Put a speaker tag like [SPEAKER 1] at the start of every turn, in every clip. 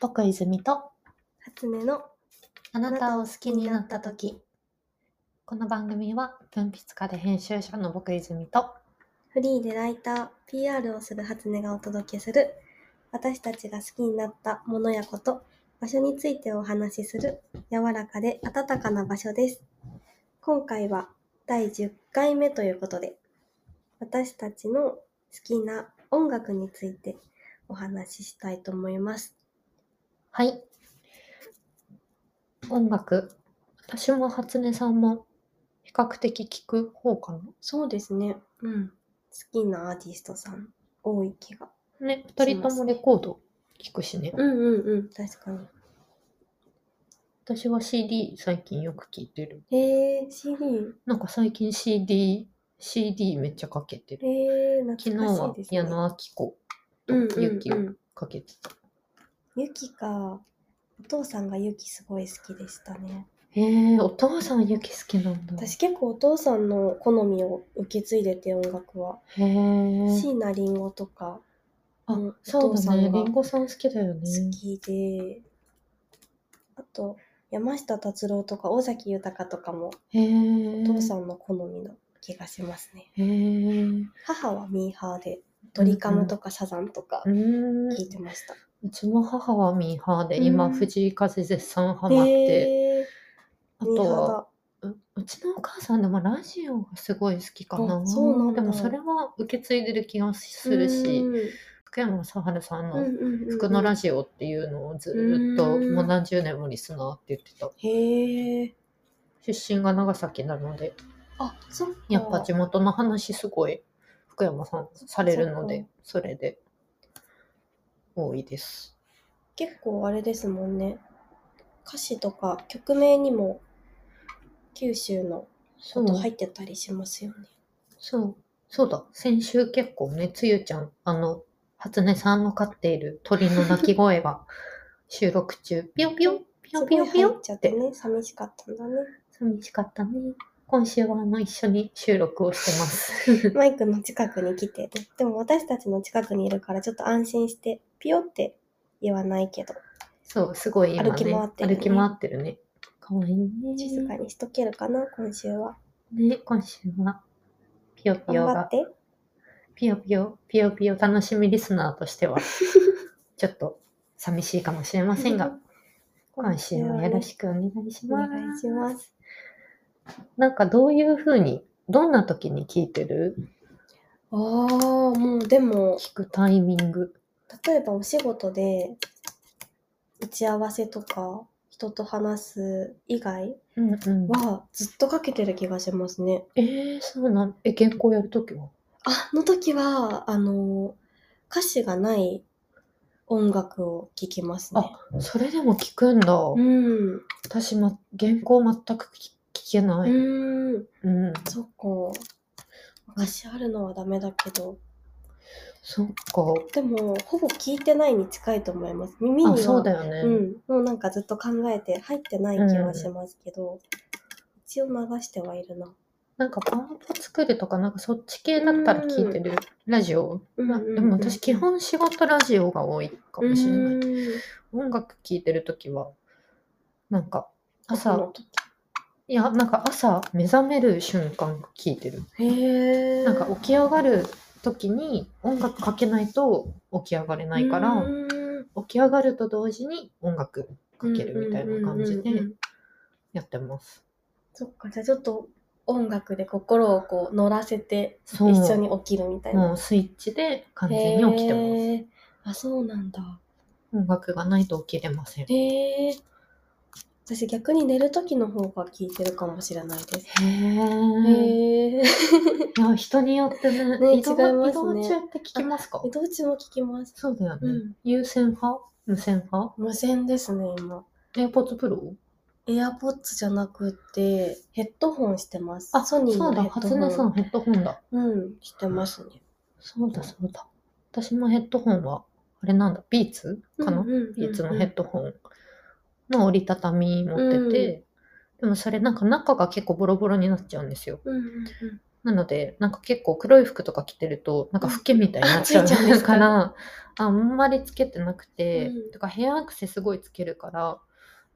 [SPEAKER 1] 奥泉と
[SPEAKER 2] 初音の
[SPEAKER 1] あなたを好きになった時この番組は文筆家で編集者の僕泉と
[SPEAKER 2] フリーでライター PR をする初音がお届けする私たちが好きになったものやこと場所についてお話しする柔らかで温かな場所です今回は第10回目ということで私たちの好きな音楽についてお話ししたいと思います
[SPEAKER 1] はい音楽私も初音さんも比較的聞く方か
[SPEAKER 2] そうですね
[SPEAKER 1] うん
[SPEAKER 2] 好きなアーティストさん多い気が
[SPEAKER 1] なね二人ともレコード聞くしね
[SPEAKER 2] うんうんうん確かに
[SPEAKER 1] 私は CD 最近よく聞いてる
[SPEAKER 2] えー、CD
[SPEAKER 1] なんか最近 CDCD めっちゃかけてる
[SPEAKER 2] えー、
[SPEAKER 1] 昨
[SPEAKER 2] 懐
[SPEAKER 1] 日
[SPEAKER 2] かし
[SPEAKER 1] はい
[SPEAKER 2] ですね。
[SPEAKER 1] 矢野明子と
[SPEAKER 2] うんうん
[SPEAKER 1] ゆき
[SPEAKER 2] う
[SPEAKER 1] を
[SPEAKER 2] ん
[SPEAKER 1] かけてた、
[SPEAKER 2] ゆきか。お父さんがゆきすごい好きでしたね。
[SPEAKER 1] えー、お父さんゆき好きなんだ
[SPEAKER 2] 私結構お父さんの好みを受け継いでて音楽は。
[SPEAKER 1] へえ
[SPEAKER 2] 椎名林檎とか
[SPEAKER 1] あ
[SPEAKER 2] うん、
[SPEAKER 1] そう
[SPEAKER 2] お父
[SPEAKER 1] だ
[SPEAKER 2] さ
[SPEAKER 1] ね。
[SPEAKER 2] んが
[SPEAKER 1] りんごさん好きだよね。
[SPEAKER 2] 好きで、あと山下達郎とか尾崎豊とかも
[SPEAKER 1] へえ。
[SPEAKER 2] お父さ
[SPEAKER 1] ん。
[SPEAKER 2] んの好みの気がしますね。
[SPEAKER 1] へえ。
[SPEAKER 2] 母はミーハーでドリカムとかサザンとか
[SPEAKER 1] うーん。
[SPEAKER 2] 聞いてました。
[SPEAKER 1] うちの母はミーハーで、
[SPEAKER 2] う
[SPEAKER 1] 今、
[SPEAKER 2] ん
[SPEAKER 1] 藤井風絶賛ハマって。
[SPEAKER 2] え
[SPEAKER 1] あ
[SPEAKER 2] ー、ミ
[SPEAKER 1] と
[SPEAKER 2] ーハーだ
[SPEAKER 1] は、。ううちのお母さんでもラジオがすごい好きかな。
[SPEAKER 2] あそうなん
[SPEAKER 1] で
[SPEAKER 2] だ
[SPEAKER 1] もそれは受け継いでる気がするし、福山雅治さん
[SPEAKER 2] うん、う
[SPEAKER 1] の
[SPEAKER 2] んうんうん
[SPEAKER 1] 福のラジオっていうのをずーっと
[SPEAKER 2] うん
[SPEAKER 1] もう何十年もリスナーって言ってた。
[SPEAKER 2] へえ。
[SPEAKER 1] 出身が長崎なので、
[SPEAKER 2] あ、そっか。
[SPEAKER 1] やっぱ地元の話すごい福山さんされるので、それで多いです。
[SPEAKER 2] 結構あれですもんね。歌詞とか曲名にも九州の
[SPEAKER 1] そ
[SPEAKER 2] こ
[SPEAKER 1] う
[SPEAKER 2] と、入ってたりしますよね。
[SPEAKER 1] そう、そうだ。先週結構ね、つゆちゃん、あの、初音さんの飼っている鳥の鳴き声 が収録中、ピヨピヨ、ピ
[SPEAKER 2] す
[SPEAKER 1] ヨ
[SPEAKER 2] ご
[SPEAKER 1] ピ
[SPEAKER 2] い
[SPEAKER 1] ヨピ
[SPEAKER 2] 入
[SPEAKER 1] ヨ
[SPEAKER 2] っちゃってね、寂しかったんだね。
[SPEAKER 1] 寂しかったね。今週はあの一緒に収録をして ます。
[SPEAKER 2] マイクの近くに来て、でも私たちの近くにいるからちょっと安心して、ピヨって言わないけど、
[SPEAKER 1] そう、すごい今ね、
[SPEAKER 2] 歩き回ってるね
[SPEAKER 1] 歩き回ってるね。かわいいね。
[SPEAKER 2] 静かにしとけるかな、今週は。
[SPEAKER 1] ね、今週は、ピヨピヨ
[SPEAKER 2] 頑張
[SPEAKER 1] が
[SPEAKER 2] って。
[SPEAKER 1] ピヨピヨ、ピヨピヨ楽しみリスナーと しては、ちょっと寂しいかもしれませんが、 今週もよろしくお願いし
[SPEAKER 2] お
[SPEAKER 1] ます。
[SPEAKER 2] 願いします。
[SPEAKER 1] なんかどういうふうに、どんな時に聞いてる
[SPEAKER 2] ああ、もうでも、
[SPEAKER 1] 聞くタイミング。
[SPEAKER 2] 例えばお仕事で打ち合わせとか人と話す以外
[SPEAKER 1] うんうん。
[SPEAKER 2] はずっとかけてる気がしますね。
[SPEAKER 1] えー、そうなんえ、原稿やるときは
[SPEAKER 2] あの時はあの歌詞がない音楽を聴きますね。
[SPEAKER 1] それでも聞くんだ。
[SPEAKER 2] うん。う
[SPEAKER 1] 私、ま、原稿全く聞聞けない。
[SPEAKER 2] ーん。
[SPEAKER 1] うん。
[SPEAKER 2] そっか。歌詞あるのはダメだけど、
[SPEAKER 1] そっか。
[SPEAKER 2] でもほぼ聞いてないに近いと思います。耳には
[SPEAKER 1] あ、そうだよね。
[SPEAKER 2] うん、もうなんかずっと考えて入ってない気はしますけど、一応流してはいるな。
[SPEAKER 1] なんかパワポ作るとか、なんかそっち系だったら聞いてる。ラジオ
[SPEAKER 2] うん
[SPEAKER 1] まあ
[SPEAKER 2] うんうん
[SPEAKER 1] でも私基本仕事ラジオが多いかもしれない。
[SPEAKER 2] い。
[SPEAKER 1] 音楽聴いてるときは、なんか
[SPEAKER 2] 朝
[SPEAKER 1] 朝、いや、なんか朝目覚める瞬間聴いてる。
[SPEAKER 2] へえ。
[SPEAKER 1] なんか起き上がるときに音楽かけないと起き上がれないから、起き上がると同時に音楽かけるみたいな感じでやってます。
[SPEAKER 2] そっか、じゃあちょっと音楽で心をこう乗らせて
[SPEAKER 1] そう。
[SPEAKER 2] 一緒に起きるみたいな。
[SPEAKER 1] もうスイッチで完全に起きてます。
[SPEAKER 2] へーあ、そうなんだ。
[SPEAKER 1] 音楽がないと起きれません。へ
[SPEAKER 2] へえ。私逆に寝る時の方が聞いてるかもしれないです。
[SPEAKER 1] ー。
[SPEAKER 2] へ
[SPEAKER 1] い
[SPEAKER 2] え。
[SPEAKER 1] や、人によってね、
[SPEAKER 2] ね
[SPEAKER 1] 移動
[SPEAKER 2] 違いますね
[SPEAKER 1] 移動中って聞きますか
[SPEAKER 2] 移動中も聞きます。
[SPEAKER 1] そうだよね。
[SPEAKER 2] うん
[SPEAKER 1] 有線派無線派
[SPEAKER 2] 無線ですね、今。
[SPEAKER 1] ?AirPods Pro?
[SPEAKER 2] エアポッツじゃなくて、ヘッドホンしてます。ソニー
[SPEAKER 1] そ
[SPEAKER 2] の
[SPEAKER 1] うだ、
[SPEAKER 2] ヘッ
[SPEAKER 1] 初
[SPEAKER 2] ドホン。
[SPEAKER 1] 音さんヘッドホンだ。
[SPEAKER 2] うん、してますね。
[SPEAKER 1] そうだ、そうだ。私もヘッドホンは、あれなんだ、ビーツかな、
[SPEAKER 2] うんうんうんうん
[SPEAKER 1] ビーツのヘッドホンの折りたたみ持ってて、でもそれなんか中が結構ボロボロになっちゃうんですよ。
[SPEAKER 2] うんうん
[SPEAKER 1] なので、なんか結構黒い服とか着てると、なんかフケみたいになっちゃ
[SPEAKER 2] あついちゃうんで
[SPEAKER 1] う
[SPEAKER 2] すか
[SPEAKER 1] から、あんまりつけてなくて
[SPEAKER 2] うん、
[SPEAKER 1] とかヘアアクセすごいつけるから、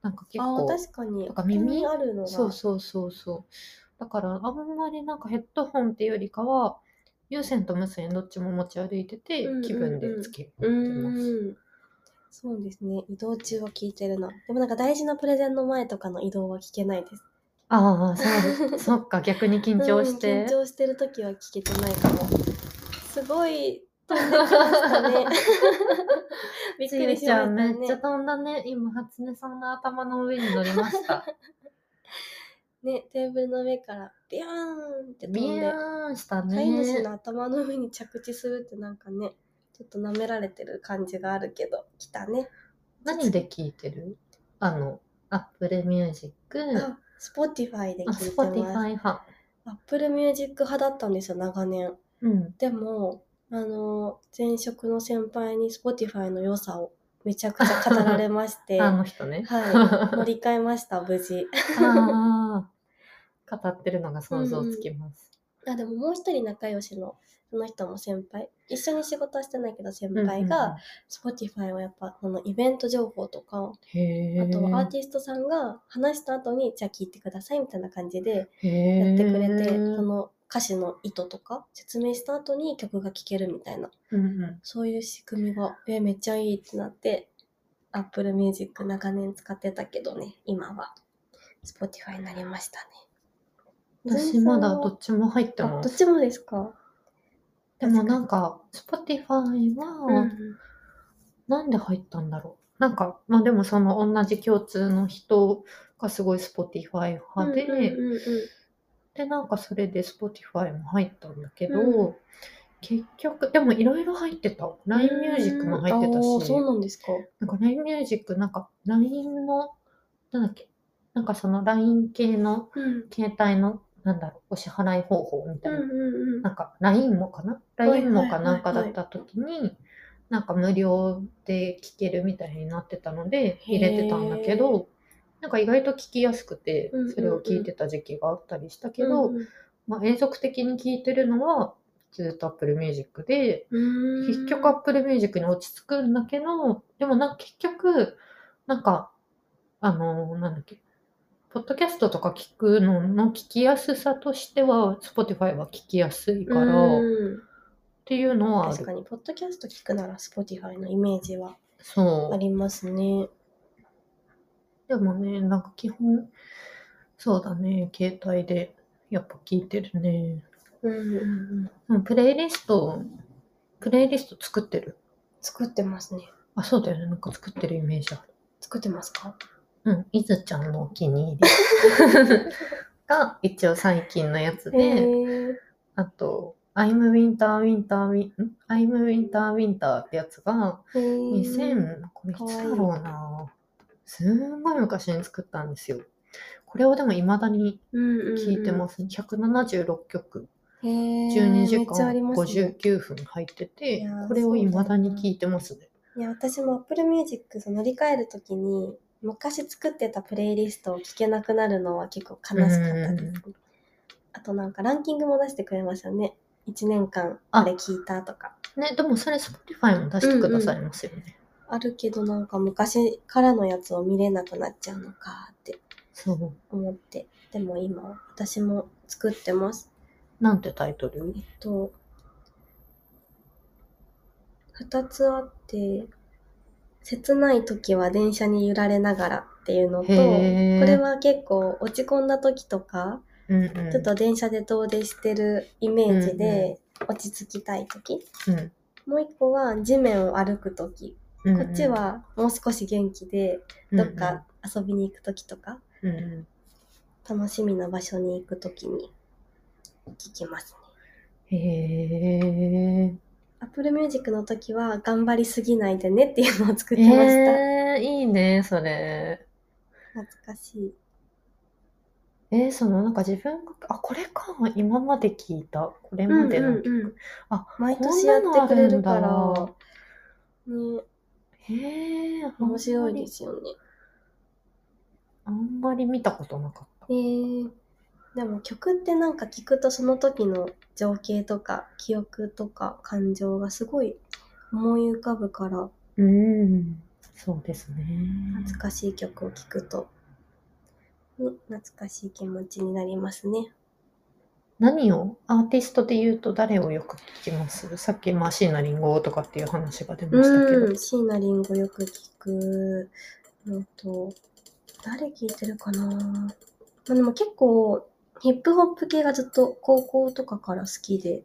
[SPEAKER 1] なんか結
[SPEAKER 2] あー
[SPEAKER 1] 構、
[SPEAKER 2] 確かに
[SPEAKER 1] なんか耳
[SPEAKER 2] にあるのが
[SPEAKER 1] そうそうそうそう。だからあんまりなんかヘッドホンっていうよりかは、有線と無線どっちも持ち歩いてて
[SPEAKER 2] うんうんうん、
[SPEAKER 1] 気分でつけて
[SPEAKER 2] う
[SPEAKER 1] ます。
[SPEAKER 2] ーんそうですね移動中は聞いてるなでもなんか大事なプレゼンの前とかの移動は聞けないです
[SPEAKER 1] ああ、そう です。そっか、逆に緊張し
[SPEAKER 2] うん
[SPEAKER 1] て
[SPEAKER 2] 緊。張してる時は聞けてないかもすごい飛んできました ねびっ
[SPEAKER 1] つ
[SPEAKER 2] く
[SPEAKER 1] ゆ
[SPEAKER 2] り
[SPEAKER 1] り
[SPEAKER 2] し
[SPEAKER 1] ち
[SPEAKER 2] ま
[SPEAKER 1] ゃ
[SPEAKER 2] した
[SPEAKER 1] んめっちゃ
[SPEAKER 2] ね
[SPEAKER 1] 飛んだね。今、初音さんの頭の上に乗りました。
[SPEAKER 2] ねテーブルの上からビューンって飛ん
[SPEAKER 1] ビ
[SPEAKER 2] で
[SPEAKER 1] ヤーンしたね。
[SPEAKER 2] 飼い主の頭の上に着地するってなんかねちょっと舐められてる感じがあるけど来たね
[SPEAKER 1] 何で聞いてるあの、アップルミュージック、
[SPEAKER 2] あ Spotify で
[SPEAKER 1] あ、
[SPEAKER 2] 聞い
[SPEAKER 1] ス
[SPEAKER 2] て
[SPEAKER 1] ポティフ
[SPEAKER 2] ま
[SPEAKER 1] ァ
[SPEAKER 2] す
[SPEAKER 1] イ派。
[SPEAKER 2] Apple Music 派だったんですよ長年
[SPEAKER 1] うん。
[SPEAKER 2] でもあの前職の先輩に Spotify の良さをめちゃくちゃ語られまして
[SPEAKER 1] あ
[SPEAKER 2] は
[SPEAKER 1] の人ね。
[SPEAKER 2] い乗り換えました無事
[SPEAKER 1] ああ、語ってるのが想像つきます。
[SPEAKER 2] あでももう一人仲良しのその人も先輩一緒に仕事はしてないけど先輩が Spotify はやっぱそのイベント情報とか
[SPEAKER 1] うんうん
[SPEAKER 2] あ
[SPEAKER 1] うん、へえ。
[SPEAKER 2] とはアーティストさんが話した後にじゃあ聞いてくださいみたいな感じで
[SPEAKER 1] へ
[SPEAKER 2] や
[SPEAKER 1] ー
[SPEAKER 2] ってくれて、その歌詞の意図とか説明した後に曲が聴けるみたいな
[SPEAKER 1] うんう
[SPEAKER 2] そういう仕組みがえめっちゃいいってなって Apple Music 長年使ってたけどね今は Spotify になりました
[SPEAKER 1] ん、
[SPEAKER 2] ね
[SPEAKER 1] 私まだど
[SPEAKER 2] ど
[SPEAKER 1] っちも入って
[SPEAKER 2] あ
[SPEAKER 1] ま
[SPEAKER 2] どっ
[SPEAKER 1] す。
[SPEAKER 2] ちもですか
[SPEAKER 1] でもなんか、Spotify
[SPEAKER 2] う
[SPEAKER 1] は、
[SPEAKER 2] ん
[SPEAKER 1] なんで入ったんだろう。なんか、まあでもその同じ共通の人がすごい Spotify 派で、
[SPEAKER 2] うんうんうん
[SPEAKER 1] で、なんかそれで Spotify も入ったんだけど、
[SPEAKER 2] う
[SPEAKER 1] 結局、でもいろいろ入ってた。LINE ミュージックも入ってた
[SPEAKER 2] うんあー
[SPEAKER 1] し、
[SPEAKER 2] そうなんですか
[SPEAKER 1] なんか LINE ミュージック、なんか LINE の、なんだっけ、なんかその LINE 系の
[SPEAKER 2] うん
[SPEAKER 1] 携帯の、なんだろう、お支払い方法みた
[SPEAKER 2] う
[SPEAKER 1] い
[SPEAKER 2] ん
[SPEAKER 1] な、
[SPEAKER 2] うんうん
[SPEAKER 1] なんか LINE もかな
[SPEAKER 2] はいはい
[SPEAKER 1] ?LINE もかなんかだった時に、なんか無料で聴けるみたいになってたので入れてたんだけ
[SPEAKER 2] へ
[SPEAKER 1] ど、なんか意外と聴きやすくて
[SPEAKER 2] うんうんうん、
[SPEAKER 1] それを聞いてた時期があったりしたけど、
[SPEAKER 2] うん
[SPEAKER 1] まあ、永続的に聴いてるのはずっと Apple Music で、
[SPEAKER 2] うん
[SPEAKER 1] 結局 Apple Music に落ち着くんだけど、でもなんか結局、なんか、あのーなんだっけ、ポッドキャストとか聞くのの聞きやすさとしては、Spotify は聞きやすいから、っ
[SPEAKER 2] うん
[SPEAKER 1] ていうのはあ
[SPEAKER 2] 確
[SPEAKER 1] る
[SPEAKER 2] か。にポッドキャスト聞くなら Spotify のイメージは
[SPEAKER 1] そ
[SPEAKER 2] あ
[SPEAKER 1] う。
[SPEAKER 2] りますね
[SPEAKER 1] でもね、なんか基本、そうだね、携帯でやっぱ聞いてるね。
[SPEAKER 2] うんうんうん
[SPEAKER 1] うんプレイリスト、プレイリスト作ってる。
[SPEAKER 2] 作ってますね
[SPEAKER 1] あ、そうだよね。なんか作ってるイメージある。
[SPEAKER 2] 作ってますか
[SPEAKER 1] うん。いずちゃんのお気に入り が一応最近のやつで、
[SPEAKER 2] へ
[SPEAKER 1] あと、I'm Winter Winter Win、ん I'm Winter Winter ってやつが、
[SPEAKER 2] え
[SPEAKER 1] 2000、これい
[SPEAKER 2] かわいい、
[SPEAKER 1] つだろうなすんごい昔に作ったんですよ。これをでも未だに聴いてますすね。176曲、
[SPEAKER 2] へー
[SPEAKER 1] 12時
[SPEAKER 2] めっちゃあ
[SPEAKER 1] 間
[SPEAKER 2] りますね
[SPEAKER 1] 59分入って
[SPEAKER 2] い
[SPEAKER 1] て
[SPEAKER 2] やー、
[SPEAKER 1] これを未だに聴いてますね。
[SPEAKER 2] いや私も Apple Music その乗り換えるときに昔作ってたプレイリストを聞けなくなるのは結構悲しかったです、ね、あとなんかランキングも出してくれましたね1年間
[SPEAKER 1] あ
[SPEAKER 2] あれ聞いたとか
[SPEAKER 1] ね、でもそれ Spotify も出してくださいますよね。
[SPEAKER 2] あるけどなんか昔からのやつを見れなくなっちゃうのかって
[SPEAKER 1] そう。
[SPEAKER 2] 思ってでも今は私も作ってます
[SPEAKER 1] なんてタイトル
[SPEAKER 2] えっと2つあって「切ない時は電車に揺られながら」っていうのとこ
[SPEAKER 1] へー
[SPEAKER 2] れは結構落ち込んだ時とか、
[SPEAKER 1] うんうん。
[SPEAKER 2] ちょっと電車で遠出してるイメージで
[SPEAKER 1] う
[SPEAKER 2] 落ち着きたい時、
[SPEAKER 1] うん、
[SPEAKER 2] もう一個は地面を歩く時、
[SPEAKER 1] うんうん
[SPEAKER 2] こっち、はもう少し元気でどっか遊びに行く時とか、
[SPEAKER 1] うんうん、うんうん
[SPEAKER 2] 楽しみな場所に行く時に聞きますね。
[SPEAKER 1] へえ。
[SPEAKER 2] Apple Music の時は頑張りすぎないでねっていうのを作ってました。
[SPEAKER 1] えー、いいね、それ。
[SPEAKER 2] 懐かしい。
[SPEAKER 1] えー、そのなんか自分が、あ、これか、今まで聞いた、これまでの。
[SPEAKER 2] うんうん
[SPEAKER 1] あ
[SPEAKER 2] 毎年やってくれるか
[SPEAKER 1] こんなのあ
[SPEAKER 2] ら
[SPEAKER 1] る、
[SPEAKER 2] ね、
[SPEAKER 1] へえ、あんまり
[SPEAKER 2] 面白いですよね。
[SPEAKER 1] あんまり見たことなかった。
[SPEAKER 2] えー、でも曲ってなんか聞くとその時の情景とか記憶とか感情がすごい思い浮かぶから
[SPEAKER 1] うん。そうですね。
[SPEAKER 2] 懐かしい曲を聴くと、ね懐かしい気持ちになりますね。
[SPEAKER 1] 何を、アーティストで言うと誰をよく聞きますさっき、まあ、椎名林檎とかっていう話が出ましたけど。
[SPEAKER 2] うん、椎名林檎よく聞くのと、誰聞いてるかなまあでも結構、ヒップホップ系がずっと高校とかから好きで、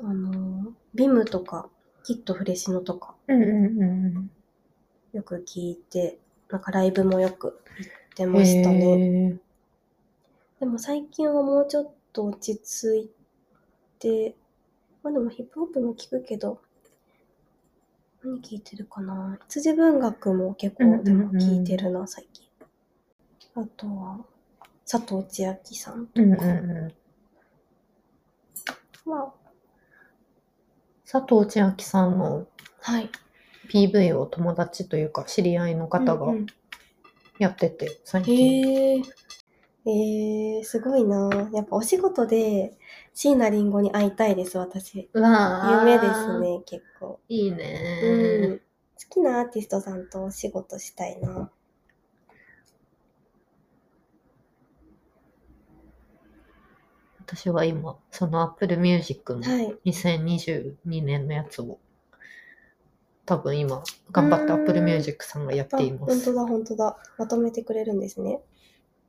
[SPEAKER 2] あの、ビムとか、キットフレシノとか
[SPEAKER 1] うんうんうんうん。
[SPEAKER 2] よく聞いて、なんかライブもよく行ってましたね。
[SPEAKER 1] ね。
[SPEAKER 2] でも最近はもうちょっと落ち着いて、まあでもヒップホップも聞くけど、何聞いてるかな羊文学も結
[SPEAKER 1] うんうんう
[SPEAKER 2] 構
[SPEAKER 1] ん
[SPEAKER 2] でも聞いてるな、最近。あとは、佐藤千亜さん
[SPEAKER 1] うんうんうん。
[SPEAKER 2] は、
[SPEAKER 1] 佐藤千亜さんの
[SPEAKER 2] はい。
[SPEAKER 1] PV を友達というか知り合いの方が
[SPEAKER 2] うんうん
[SPEAKER 1] やってて、最近。
[SPEAKER 2] へえ。えー、すごいなやっぱお仕事で椎名林檎に会いたいです、私。
[SPEAKER 1] うわー
[SPEAKER 2] 夢です。ね、結構。
[SPEAKER 1] いい
[SPEAKER 2] うん
[SPEAKER 1] ね、
[SPEAKER 2] 好きなアーティストさんとお仕事したいな。
[SPEAKER 1] 私は今、その Apple Music の
[SPEAKER 2] はい。
[SPEAKER 1] 2022年のやつを、多分今、頑張って Apple Music さんがやっ
[SPEAKER 2] あ
[SPEAKER 1] ていま
[SPEAKER 2] 本当
[SPEAKER 1] す。
[SPEAKER 2] だ、本当だ。まとめてくれるんですね。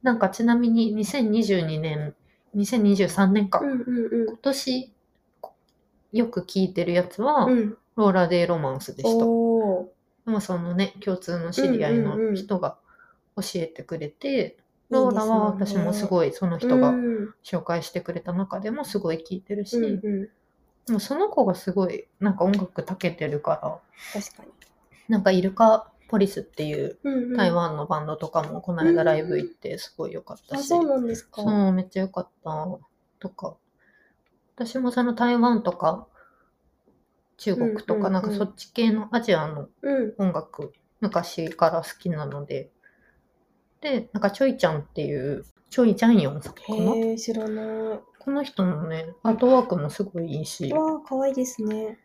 [SPEAKER 1] なんかちなみに2022年、2023年か。
[SPEAKER 2] ん
[SPEAKER 1] 今年、よく聴いてるやつは、
[SPEAKER 2] うん。うん。
[SPEAKER 1] ローラ・デイ・ロマンスでした。
[SPEAKER 2] おお。
[SPEAKER 1] でもそのね、共通の知り合い
[SPEAKER 2] うんうんうん
[SPEAKER 1] の人が教えてくれて、
[SPEAKER 2] いいです
[SPEAKER 1] ローラは私もす
[SPEAKER 2] い
[SPEAKER 1] ごいその人が
[SPEAKER 2] うんうん
[SPEAKER 1] 紹介してくれた中でもすごい聴いてるし、
[SPEAKER 2] うん。
[SPEAKER 1] でもその子がすごいなんか音楽たけてるから、
[SPEAKER 2] 確かに。
[SPEAKER 1] なんかイルカポリスっていう
[SPEAKER 2] うんうん
[SPEAKER 1] 台湾のバンドとかもこの間ライブ行ってすごい良かった
[SPEAKER 2] あ、
[SPEAKER 1] し、
[SPEAKER 2] そうなんですか。
[SPEAKER 1] そう、めっちゃ良かった。とか、私もその台湾とか、中国と
[SPEAKER 2] うんうんう
[SPEAKER 1] か、
[SPEAKER 2] ん
[SPEAKER 1] なんかそっち系のアジアの
[SPEAKER 2] うん。
[SPEAKER 1] 音楽、昔から好きなので、で、なんかチョイちゃんっていう、チョイジャンヨンさんかな
[SPEAKER 2] へえ、知らな
[SPEAKER 1] この人のね、アートワークもすごいいいし
[SPEAKER 2] い。、わあ、可愛いですね。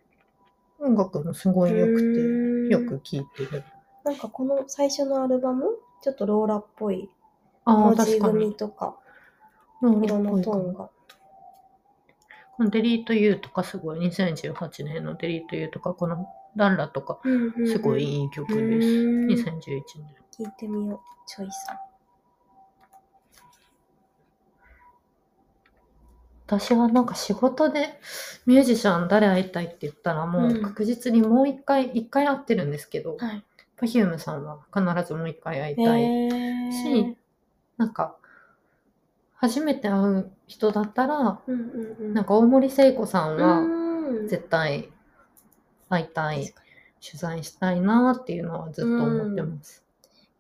[SPEAKER 1] 音楽もすごい良く
[SPEAKER 2] く
[SPEAKER 1] て、よく。聴いてる。
[SPEAKER 2] なんかこの最初のアルバム、ちょっとローラっぽい
[SPEAKER 1] ああ、
[SPEAKER 2] 文
[SPEAKER 1] 確
[SPEAKER 2] 字
[SPEAKER 1] かに。
[SPEAKER 2] 組とか、
[SPEAKER 1] うん
[SPEAKER 2] 色のトーン
[SPEAKER 1] こ
[SPEAKER 2] が。
[SPEAKER 1] のデリートユーとかすごい、2018年のデリートユーとか、このダンラとか、
[SPEAKER 2] うんうんうん
[SPEAKER 1] すごい。いい曲です。
[SPEAKER 2] うん
[SPEAKER 1] 2011年。
[SPEAKER 2] 聞いてみよう、チョイさん。
[SPEAKER 1] 私はなんか仕事でミュージシャン誰会いたいって言ったらも
[SPEAKER 2] うん
[SPEAKER 1] う確実にもう一回、一回会ってるんですけど、
[SPEAKER 2] はい。
[SPEAKER 1] Perfume さんは必ずもう一回会いたい。
[SPEAKER 2] え
[SPEAKER 1] しなんか、初めて会う人だったら、
[SPEAKER 2] うんうんうん。
[SPEAKER 1] なんか大森聖子さんは
[SPEAKER 2] うん
[SPEAKER 1] 絶対会いたい、
[SPEAKER 2] 確か
[SPEAKER 1] 取材したいなっていうのはずっと思ってます。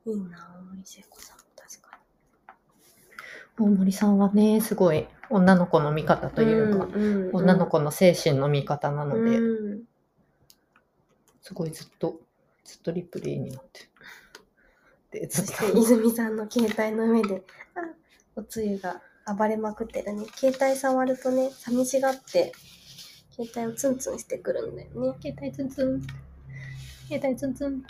[SPEAKER 2] にいいな、大森聖子さんも確か
[SPEAKER 1] 大森さんはね、すごい女の子の味方
[SPEAKER 2] に。
[SPEAKER 1] というか、
[SPEAKER 2] んうんうん
[SPEAKER 1] 女の子の精神の味方なので、
[SPEAKER 2] うん
[SPEAKER 1] すごいずっと、ずっとリプレイにな ってる。で、ず
[SPEAKER 2] そ
[SPEAKER 1] っ
[SPEAKER 2] して
[SPEAKER 1] と。
[SPEAKER 2] 泉さんの携帯の上で、あおつゆが暴れまくってるね。携帯触るとね、寂しがって、携帯をツンツンしてくるんだよね。
[SPEAKER 1] 携帯ツンツン。携帯ツンツン。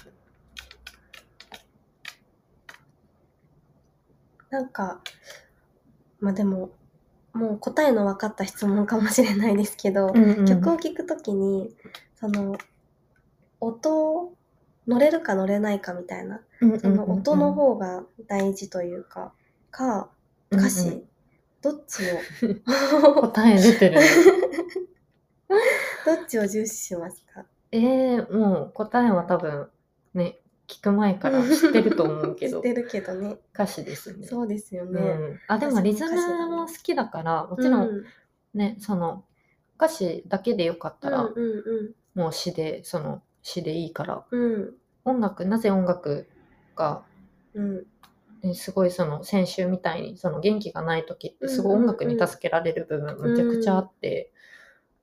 [SPEAKER 2] なんか、まあでも、もう答えの分かった質問かもしれないですけど、曲を聴くときに、その、音、乗れるか乗れないかみたいなその音の方が大事というか、か、歌詞、
[SPEAKER 1] うんうん
[SPEAKER 2] どっち を、
[SPEAKER 1] 答え出てる。
[SPEAKER 2] どっちを重視しますか
[SPEAKER 1] えー、もう答えは多分、ね、聞く前から知ってると思うけ
[SPEAKER 2] 知っ
[SPEAKER 1] ど、
[SPEAKER 2] てるけどね。
[SPEAKER 1] 歌詞ですね。
[SPEAKER 2] そうですよね。
[SPEAKER 1] うん、あでもリズムも好きだからもちろん
[SPEAKER 2] うん、
[SPEAKER 1] ね、その歌詞だけでよかったら、
[SPEAKER 2] うんうん
[SPEAKER 1] もう詩でその詩でいいから
[SPEAKER 2] うん。
[SPEAKER 1] 音楽なぜ音楽が
[SPEAKER 2] うん。うん。
[SPEAKER 1] ねすごいその先週みたいにその元気がない時ってすごい
[SPEAKER 2] うん
[SPEAKER 1] 音
[SPEAKER 2] うんうん
[SPEAKER 1] 楽に助けられる部分めちゃくちゃあって、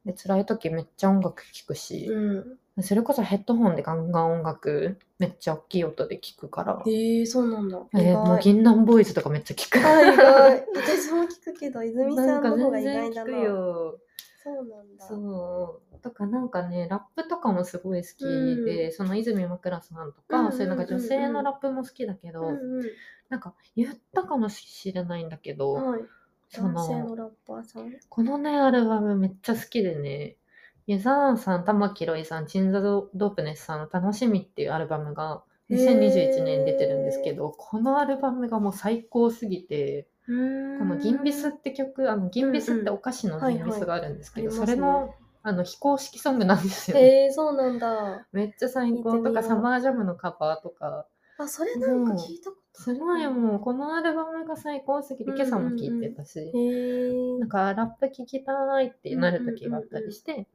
[SPEAKER 1] で、辛い時めっちゃ音楽聴くし、
[SPEAKER 2] うん。
[SPEAKER 1] それこそヘッドホンでガンガン音楽めっちゃ大きい音で聴くから、
[SPEAKER 2] えー、そうなんだ。
[SPEAKER 1] えー、もう
[SPEAKER 2] 意
[SPEAKER 1] 銀杏ボーイズとかめっちゃ聴く。
[SPEAKER 2] 外。あ意外。私も聞くけど、泉さんの方が 意
[SPEAKER 1] なん
[SPEAKER 2] 外
[SPEAKER 1] か全然聞
[SPEAKER 2] だ
[SPEAKER 1] く
[SPEAKER 2] な。
[SPEAKER 1] よ。
[SPEAKER 2] そうなんだ。
[SPEAKER 1] そう。とかなんかね、ラップとかもすごい好きで、その泉枕さんとか、
[SPEAKER 2] うんうんうんうん
[SPEAKER 1] そういうなんか女性のラップも好きだけど、
[SPEAKER 2] うんうん。
[SPEAKER 1] なんか言ったかもしれないんだけど、
[SPEAKER 2] はい。
[SPEAKER 1] そ
[SPEAKER 2] 男性
[SPEAKER 1] の
[SPEAKER 2] のラッパーさん。
[SPEAKER 1] このね、アルバムめっちゃ好きでね、ユザーンさん、玉木ロイさん、チンザドドープネスさんの楽しみっていうアルバムが2021年に出てるんですけど、このアルバムがもう最高すぎて、
[SPEAKER 2] こ
[SPEAKER 1] このギンビスって曲、あのギンビスってお菓子のギンビスがあるんですけど、
[SPEAKER 2] はい
[SPEAKER 1] そ
[SPEAKER 2] はい
[SPEAKER 1] れのあの非公式ソングなんですよね。
[SPEAKER 2] へえー、そうなんだ。
[SPEAKER 1] めっちゃ最高
[SPEAKER 2] 聞いて
[SPEAKER 1] と
[SPEAKER 2] みよ
[SPEAKER 1] か
[SPEAKER 2] う
[SPEAKER 1] サマージャムのカバーとか
[SPEAKER 2] あ、それなんか聞いたこ
[SPEAKER 1] すごいもうこのアルバムが最高すぎて
[SPEAKER 2] うん
[SPEAKER 1] 今朝も聴いてたし、
[SPEAKER 2] と。へえー
[SPEAKER 1] なん。かラップ聴きたいってなる時があったりして、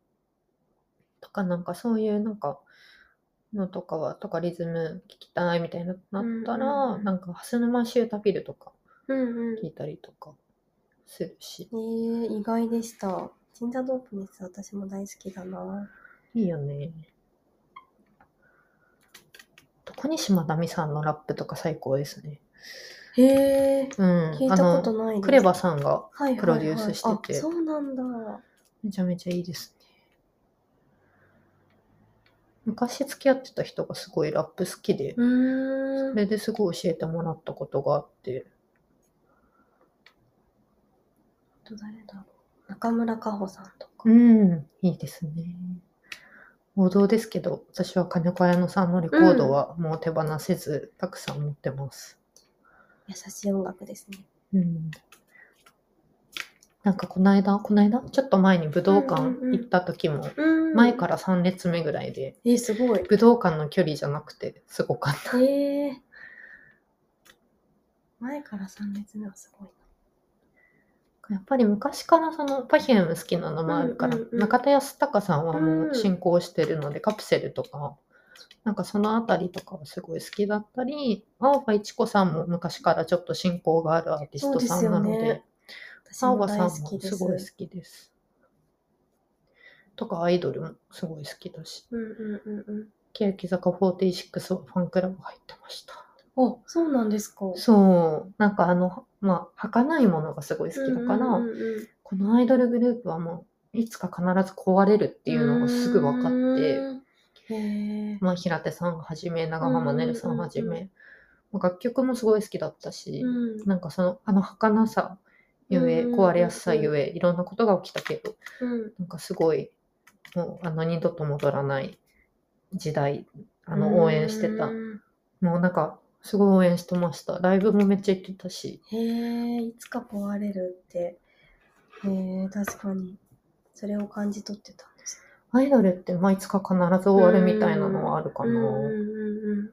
[SPEAKER 1] とかなんかそういうなんかのとかはとかリズム聴きたいみたいになったら、
[SPEAKER 2] うんうんうん
[SPEAKER 1] なんか蓮沼シュータピルとか
[SPEAKER 2] うんうん。
[SPEAKER 1] 聴いたりとかするし
[SPEAKER 2] えー、意外でした。ジンジャードープネス私も大好きだな。
[SPEAKER 1] いいよね。小西まなみさんのラップとか最高ですね。
[SPEAKER 2] へえー、
[SPEAKER 1] うん。
[SPEAKER 2] 聞いたことない
[SPEAKER 1] あ
[SPEAKER 2] で
[SPEAKER 1] の
[SPEAKER 2] す。
[SPEAKER 1] クレバさんが
[SPEAKER 2] はいはいはい
[SPEAKER 1] プロデュースしてて
[SPEAKER 2] あ、そうなんだ。
[SPEAKER 1] めちゃめちゃいいですね。昔付き合ってた人がすごいラップ好きで、
[SPEAKER 2] うー
[SPEAKER 1] そ
[SPEAKER 2] ん。
[SPEAKER 1] れですごい教えてもらったことがあって、
[SPEAKER 2] あと誰だろう。中村佳穂さんとか。
[SPEAKER 1] うん、いいですね。王道ですけど、私は金子綾乃さんのレコードはもう手放せず、たくさん持ってます。
[SPEAKER 2] 優しい音楽ですね。
[SPEAKER 1] うん。なんかこの間、この間、ちょっと前に武道館
[SPEAKER 2] うんうんうん
[SPEAKER 1] 行った時も、
[SPEAKER 2] うん
[SPEAKER 1] 前から3列目ぐらいで、
[SPEAKER 2] えー、すごい。
[SPEAKER 1] 武道館の距離じゃなくて、すごかった。
[SPEAKER 2] へえー。前から3列目はすごい
[SPEAKER 1] やっぱり昔からその Perfume 好きなのもあるから、
[SPEAKER 2] うんうんうん
[SPEAKER 1] 中田康隆さんはも
[SPEAKER 2] うん
[SPEAKER 1] う進行してるので、カプセルとかなんかそのあたりとかはすごい好きだったり青葉一子さんも昔からちょっと親交があるアーティストさんなの
[SPEAKER 2] そうですよね
[SPEAKER 1] で
[SPEAKER 2] な。私
[SPEAKER 1] 青
[SPEAKER 2] も
[SPEAKER 1] 葉
[SPEAKER 2] 大
[SPEAKER 1] さ
[SPEAKER 2] 好
[SPEAKER 1] んも
[SPEAKER 2] きですす。
[SPEAKER 1] ごい好きです。とかアイドルもすごい好きだし
[SPEAKER 2] うんうんうんうん。
[SPEAKER 1] 欅坂46はファンクラブ入ってました。
[SPEAKER 2] あ、そうなんですか。
[SPEAKER 1] そうなんかあのまあ儚いものがすごい好きだから、
[SPEAKER 2] うんうんうんうん
[SPEAKER 1] このアイドルグループはもういつか必ず壊れるっていうのがすぐ分かって、
[SPEAKER 2] て。へえ。
[SPEAKER 1] まあ、平手さんはじめ長濱ねるさんはじ
[SPEAKER 2] うんうん
[SPEAKER 1] め、まあ楽曲もすごい好きだったし、
[SPEAKER 2] うん
[SPEAKER 1] なんかそのあの儚さゆえ
[SPEAKER 2] うん
[SPEAKER 1] 壊れやすさゆえいろんなことが起きたけど
[SPEAKER 2] うん
[SPEAKER 1] なんかすごいもうあの二度と戻らない時代あ
[SPEAKER 2] うん
[SPEAKER 1] の応援してた、もうなんかすごい応援してましたライブもめっちゃ行ってたし
[SPEAKER 2] へえ、いつか壊れるって。へえ、確かに。それを感じ取ってたんです。
[SPEAKER 1] アイドルってまあいつか必ず終わるみたいなのはあるかな。
[SPEAKER 2] うんうんうん。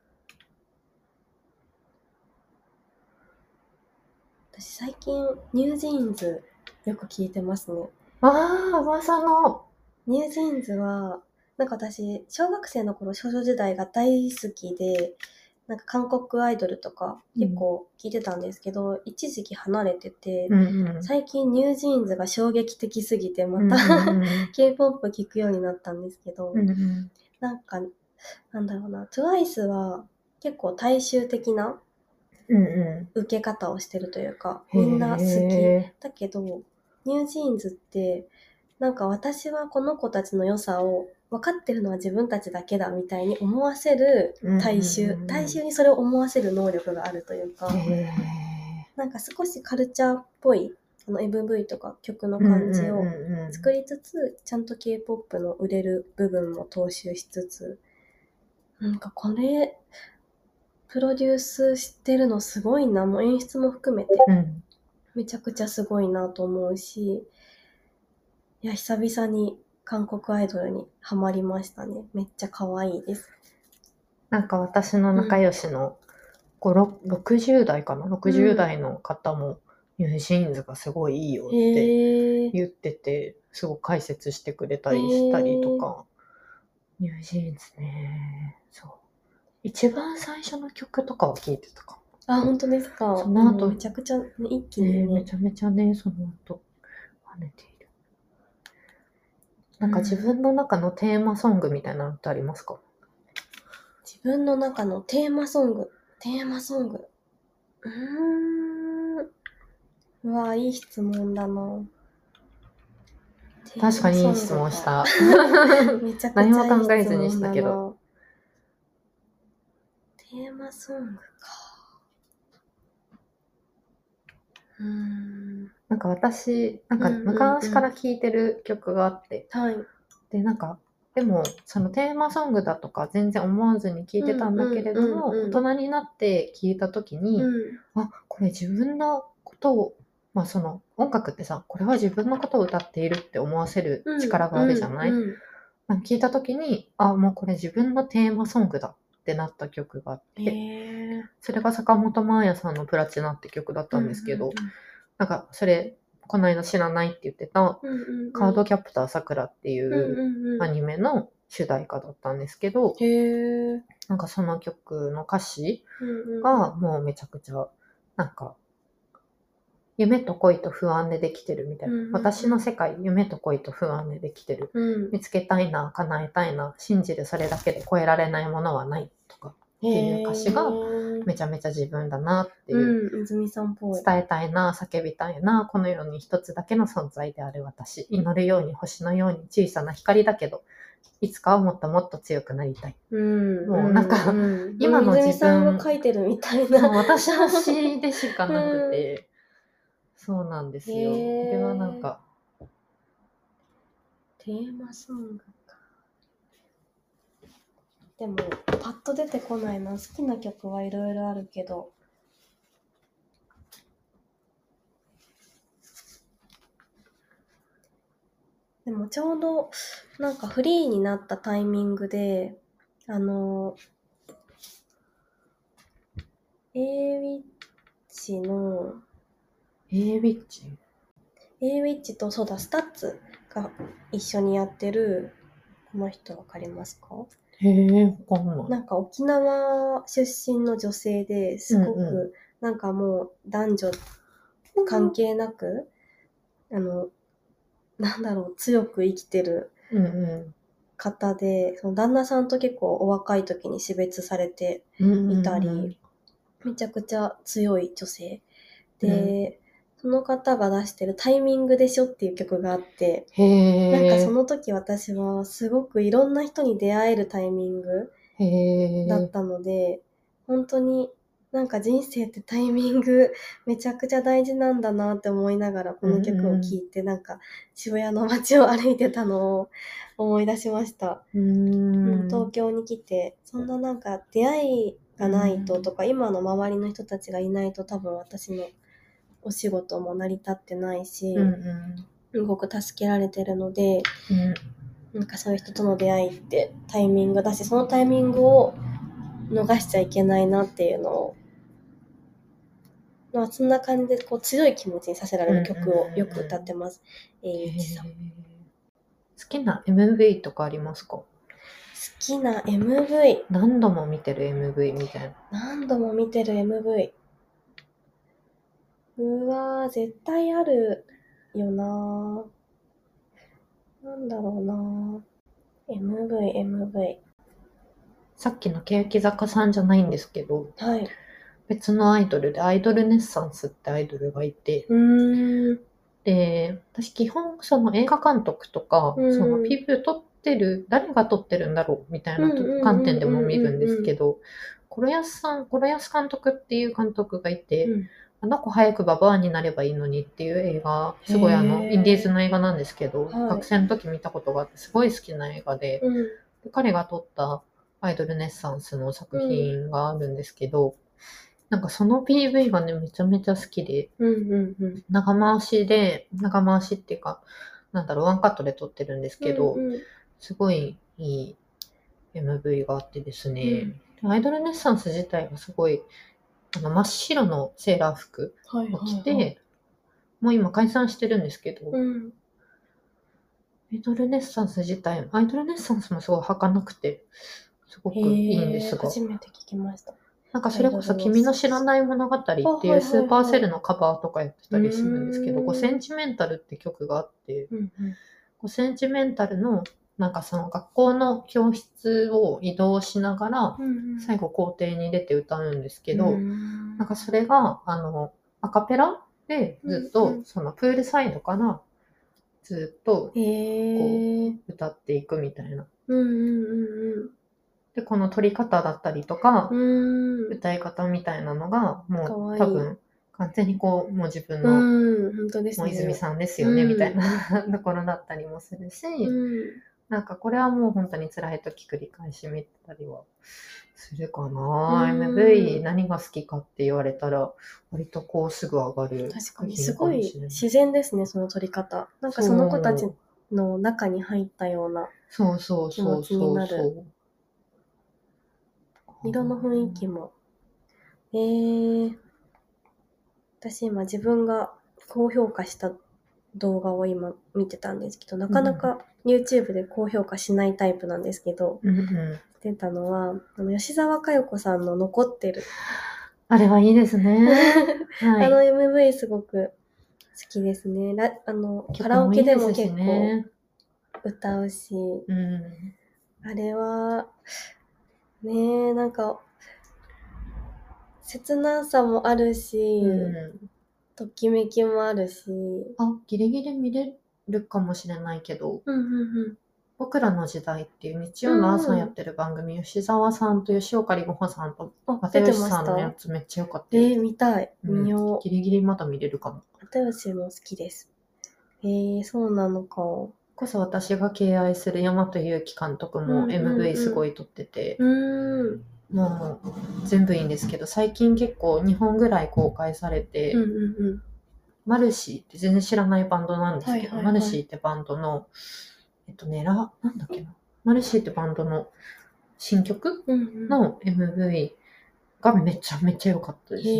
[SPEAKER 2] 私最近、ニュージーンズよく聞いてますね。
[SPEAKER 1] ああ、噂の。
[SPEAKER 2] ニュージーンズは、なんか私、小学生の頃、少女時代が大好きで、なんか韓国アイドルとか結構聞いてたんですけど、一時期離れてて、
[SPEAKER 1] うんうん
[SPEAKER 2] 最近ニュージーンズが衝撃的すぎて、また、
[SPEAKER 1] うんうん
[SPEAKER 2] K-POP 聞くようになったんですけど、
[SPEAKER 1] うんうん
[SPEAKER 2] なんか、なんだろうな、TWICE は結構大衆的な
[SPEAKER 1] うんう
[SPEAKER 2] 受け方をしてるというか、
[SPEAKER 1] ん
[SPEAKER 2] みんな好き。
[SPEAKER 1] へ
[SPEAKER 2] だけどニュージーンズってなんか私はこの子たちの良さを分かってるのは自分たちだけだみたいに思わせる
[SPEAKER 1] ー
[SPEAKER 2] 大
[SPEAKER 1] う
[SPEAKER 2] 衆、
[SPEAKER 1] んうんうん
[SPEAKER 2] 大衆にそれを思わせる能力があるというか、
[SPEAKER 1] へ
[SPEAKER 2] なんか少しカルチャーっぽいあの MV とか曲の
[SPEAKER 1] ー
[SPEAKER 2] 感じ
[SPEAKER 1] うん
[SPEAKER 2] を
[SPEAKER 1] うんうん
[SPEAKER 2] 作りつつ、ちゃんと K-POP の売れる部分も踏襲しつつなんかこれプロデュースしてるのすごいなもう演出も含めて
[SPEAKER 1] うん
[SPEAKER 2] めちゃくちゃすごいなと思うし、いや、久々に韓国アイドルにハマりましたね。めっちゃ可愛いです。
[SPEAKER 1] なんか私の仲良しの5 6 60代かな60代の方もニュージーンズがすごいいいよって
[SPEAKER 2] へえ。
[SPEAKER 1] 言っててすごい解説してくれたりしたりとかニュージーンズねそう一番最初の曲とかは聴いてたかも
[SPEAKER 2] あ、本当ですか。
[SPEAKER 1] その後
[SPEAKER 2] もうめちゃくちゃ、ね、一気
[SPEAKER 1] ね
[SPEAKER 2] に
[SPEAKER 1] め
[SPEAKER 2] ね。
[SPEAKER 1] ちゃめちゃね、その後、跳ねている。なんか自分の中のテーマソングみたいなのってありますか
[SPEAKER 2] 自分の中のテーマソング。テーマソング。うーん。うわ、いい質問だな。
[SPEAKER 1] 確かにいい質問し
[SPEAKER 2] テ
[SPEAKER 1] た。
[SPEAKER 2] ーマソングか。めちゃくちゃいい質問だな
[SPEAKER 1] 何も考えずにしたけど。
[SPEAKER 2] テーマソングか。うーん。
[SPEAKER 1] なんか私、なんか
[SPEAKER 2] うんうんうん
[SPEAKER 1] 昔から聴いてる曲があって、
[SPEAKER 2] はい。
[SPEAKER 1] で、なんか、でも、そのテーマソングだとか全然思わずに聴いてたんだけれども、
[SPEAKER 2] うんうんうんうん
[SPEAKER 1] 大人になって聴いた時に、
[SPEAKER 2] うん。
[SPEAKER 1] あ、これ自分のことを、まあその音楽ってさ、これは自分のことを歌っているって思わせる力があるじゃない、
[SPEAKER 2] うんうん
[SPEAKER 1] なんか聞いた時に、あ、もうこれ自分のテーマソングだってなった曲があって、
[SPEAKER 2] へえ。
[SPEAKER 1] それが坂本真綾さんのプラチナって曲だったんですけど、なんかそれ、この間知らないって言ってた、
[SPEAKER 2] うんうんうん、うん
[SPEAKER 1] カードキャプターさくらってい
[SPEAKER 2] うん
[SPEAKER 1] う
[SPEAKER 2] うんうん
[SPEAKER 1] アニメの主題歌だったんですけど、
[SPEAKER 2] へえ。
[SPEAKER 1] なんかその曲の歌詞
[SPEAKER 2] うんうん、
[SPEAKER 1] がもうめちゃくちゃ、なんか、夢と恋と不安でできてるみたいな。
[SPEAKER 2] うんうんうん
[SPEAKER 1] 私の世界、夢と恋と不安でできてる。
[SPEAKER 2] うん、
[SPEAKER 1] 見つけたいな、叶えたいな、信じるそれだけで超えられないものはないとか、
[SPEAKER 2] て
[SPEAKER 1] いう歌詞が
[SPEAKER 2] っ
[SPEAKER 1] めちゃめちゃ自分だなって
[SPEAKER 2] て
[SPEAKER 1] いう、
[SPEAKER 2] うん、泉さんっぽい。
[SPEAKER 1] 伝えたいな、叫びたいな、この世に一つだけの存在である私、祈るように星のように小さな光だけど、いつかはもっともっと強くなりたい。
[SPEAKER 2] うん、
[SPEAKER 1] もうなんか
[SPEAKER 2] うん
[SPEAKER 1] 今の自分
[SPEAKER 2] 泉さんが書いてるみたい
[SPEAKER 1] そう
[SPEAKER 2] な。
[SPEAKER 1] 私の詩でしかなくて、そうなんですよ。
[SPEAKER 2] へ
[SPEAKER 1] こ
[SPEAKER 2] ー
[SPEAKER 1] れはなんか、
[SPEAKER 2] テーマソングか。でも、パッと出てこないな。好きな曲はいろいろあるけど。でもちょうどなんかフリーになったタイミングで、あの、A ウィッチの、
[SPEAKER 1] えー、ビッチ
[SPEAKER 2] A ウィッチとそうだ、スタッツが一緒にやってる、この人わかりますか
[SPEAKER 1] へえ、わかんない。
[SPEAKER 2] なんか沖縄出身の女性ですごく、
[SPEAKER 1] うんう
[SPEAKER 2] なんかもう男女関係なく、あの、なんだろう、強く生きてる
[SPEAKER 1] うんう
[SPEAKER 2] 方で、その旦那さんと結構お若い時に死別されて
[SPEAKER 1] ん。うんうん
[SPEAKER 2] いたり、めちゃくちゃ強い女性。で、その方が出してるタイミングでしょっていう曲があって、
[SPEAKER 1] へえ。
[SPEAKER 2] なんかその時私はすごくいろんな人に出会えるタイミング
[SPEAKER 1] へえ。
[SPEAKER 2] だったので、本当になんか人生ってタイミング めちゃくちゃ大事なんだなって思いながらこの曲を聴いて、なんか渋谷の街を歩いてたのを思い出しました。
[SPEAKER 1] うー
[SPEAKER 2] うん
[SPEAKER 1] ん。
[SPEAKER 2] 東京に来てそんななんか出会いがないととか、今の周りの人たちがいないと多分私のお仕事も成り立ってないし、
[SPEAKER 1] うんう
[SPEAKER 2] すごく助けられてるので、
[SPEAKER 1] ん。うん
[SPEAKER 2] なんかそういう人との出会いってタイミングだし、そのタイミングを逃しちゃいけないなっていうのを、まあそんな感じでこう強い気持ちにさせられる曲をよく歌ってます。え
[SPEAKER 1] へ
[SPEAKER 2] ー、
[SPEAKER 1] ー
[SPEAKER 2] ゆきさん。好
[SPEAKER 1] 好きな MV とかありますか
[SPEAKER 2] きな MV。
[SPEAKER 1] 何度も見てる MV みたいな。
[SPEAKER 2] 何度も見てる MV。うわー、絶対あるよなー。なんだろうなー。MV、MV。
[SPEAKER 1] さっきの欅坂さんじゃないんですけど、
[SPEAKER 2] はい。
[SPEAKER 1] 別のアイドルでアイドルネッサンスってアイドルがいて、
[SPEAKER 2] うーん。
[SPEAKER 1] で、私基本その映画監督とか、
[SPEAKER 2] うん
[SPEAKER 1] その PV 撮ってる、誰が撮ってるんだろうみたいな
[SPEAKER 2] うんうんうんうんうん
[SPEAKER 1] 観点でも見るんですけど、コロヤスさん、コロヤス監督っていう監督がいて、
[SPEAKER 2] うん
[SPEAKER 1] あの子早くババアになればいいのにっていう映画、すごいあ
[SPEAKER 2] へ
[SPEAKER 1] の、
[SPEAKER 2] ー
[SPEAKER 1] インディーズの映画なんですけど、
[SPEAKER 2] はい
[SPEAKER 1] 学生の時見たことがあって、すごい好きな映画で、
[SPEAKER 2] うん
[SPEAKER 1] 彼が撮ったアイドルネッサンスの作品があるんですけど、なんかその PV がね、めちゃめちゃ好きで、
[SPEAKER 2] うんうんうん。
[SPEAKER 1] 長回しで、長回しっていうか、なんだろう、ワンカットで撮ってるんですけど、
[SPEAKER 2] うんうん
[SPEAKER 1] すごいいい MV があってですね、
[SPEAKER 2] う
[SPEAKER 1] アイドルネッサンス自体がすごい、あの、真っ白のセーラー服、
[SPEAKER 2] んはい
[SPEAKER 1] を着
[SPEAKER 2] はいはい
[SPEAKER 1] て、もう今解散してるんですけど、
[SPEAKER 2] うん
[SPEAKER 1] アイドルネッサンス自体、アイドルネッサンスもすごい儚くて、すごくいいんです
[SPEAKER 2] へー
[SPEAKER 1] が、
[SPEAKER 2] 初めて聞きました。
[SPEAKER 1] なんかそれこそ
[SPEAKER 2] アイドルネッサ
[SPEAKER 1] 君の
[SPEAKER 2] ンス
[SPEAKER 1] 知らない物語って
[SPEAKER 2] あはいはい
[SPEAKER 1] い
[SPEAKER 2] はいう
[SPEAKER 1] スーパーセルのカバーとかやってたりするんですけど、
[SPEAKER 2] うーん
[SPEAKER 1] 5センチメンタルって曲があって、
[SPEAKER 2] うんうん
[SPEAKER 1] 5センチメンタルの、なんかその学校の教室を移動しながら、最
[SPEAKER 2] 後
[SPEAKER 1] 後校庭に出て歌うんですけど、
[SPEAKER 2] な
[SPEAKER 1] なんかそれが、あの、アカペラでずっと、
[SPEAKER 2] うんうん
[SPEAKER 1] そのプールサイドからずっと
[SPEAKER 2] へえ。
[SPEAKER 1] 歌っていくみたいな。
[SPEAKER 2] うんうん
[SPEAKER 1] で、この撮り方だったりとか
[SPEAKER 2] うんう、ん。うん。
[SPEAKER 1] 歌い方みたいなのが、
[SPEAKER 2] か
[SPEAKER 1] も
[SPEAKER 2] わ
[SPEAKER 1] う
[SPEAKER 2] いい
[SPEAKER 1] 多分、完全にこう、もう自分の、
[SPEAKER 2] うん、本当です
[SPEAKER 1] もう
[SPEAKER 2] ね。
[SPEAKER 1] 泉さんですよね、
[SPEAKER 2] うん
[SPEAKER 1] みたいな ところだったりもするし、
[SPEAKER 2] うん。
[SPEAKER 1] なんかこれはもう本当に辛い時繰り返し見てたりはするかな、
[SPEAKER 2] うん
[SPEAKER 1] MV 何が好きかって言われたら、割とこうすぐ上がる。
[SPEAKER 2] 確かに、すご
[SPEAKER 1] 作品かも
[SPEAKER 2] い
[SPEAKER 1] しれない
[SPEAKER 2] 自然ですね、その撮り方。なんかその子たちの中に入ったような、
[SPEAKER 1] そうそうそう
[SPEAKER 2] 気持ちに
[SPEAKER 1] そ
[SPEAKER 2] な
[SPEAKER 1] う
[SPEAKER 2] る
[SPEAKER 1] そう。
[SPEAKER 2] 色の雰囲気も。えー。私今自分が高評価した動画を今見てたんですけど、なかなか YouTube で高評価しないタイプなんですけど、
[SPEAKER 1] うんうん。
[SPEAKER 2] 出たのは、あの吉沢佳代子さんの残って る。
[SPEAKER 1] あれはいいですね。はい。
[SPEAKER 2] あの MV すごく好きですね。ラあのカラオケでも結
[SPEAKER 1] 曲もいいですし
[SPEAKER 2] 構
[SPEAKER 1] ね
[SPEAKER 2] 歌うし、
[SPEAKER 1] うん。
[SPEAKER 2] あれは、ねえ、なんか、切なさもあるし、
[SPEAKER 1] うん、
[SPEAKER 2] ときめきもあるし、
[SPEAKER 1] あ、ギリギリ見れるかもしれないけど、
[SPEAKER 2] うんうんうん。
[SPEAKER 1] 僕らの時代っていう日曜の朝やってる番組、吉沢さんと吉岡里帆さんと
[SPEAKER 2] あ、
[SPEAKER 1] 又
[SPEAKER 2] 出て
[SPEAKER 1] 吉
[SPEAKER 2] まし
[SPEAKER 1] さんのや
[SPEAKER 2] た。
[SPEAKER 1] つめっちゃ良かった
[SPEAKER 2] え
[SPEAKER 1] よ
[SPEAKER 2] ー、見たい。
[SPEAKER 1] うん
[SPEAKER 2] 見よう。
[SPEAKER 1] ギリギリまだ見れるかも。
[SPEAKER 2] 又吉も好きです。えー、そうなのか。う
[SPEAKER 1] こそ私が敬愛する大和勇樹監督
[SPEAKER 2] う
[SPEAKER 1] も
[SPEAKER 2] んうんうん
[SPEAKER 1] MV すごい撮ってて、
[SPEAKER 2] ーん。
[SPEAKER 1] もう全部いいんですけど、最近結構2本ぐらい公開されて、
[SPEAKER 2] うんうんうん。
[SPEAKER 1] マルシーって全然知らないバンドなんですけど、
[SPEAKER 2] はいはいはい
[SPEAKER 1] マルシーってバンドの、えっとね、ラ、なんだっけな。マルシーってバンドの新曲
[SPEAKER 2] うんうん、
[SPEAKER 1] の MV がめちゃめちゃ良かったです
[SPEAKER 2] へ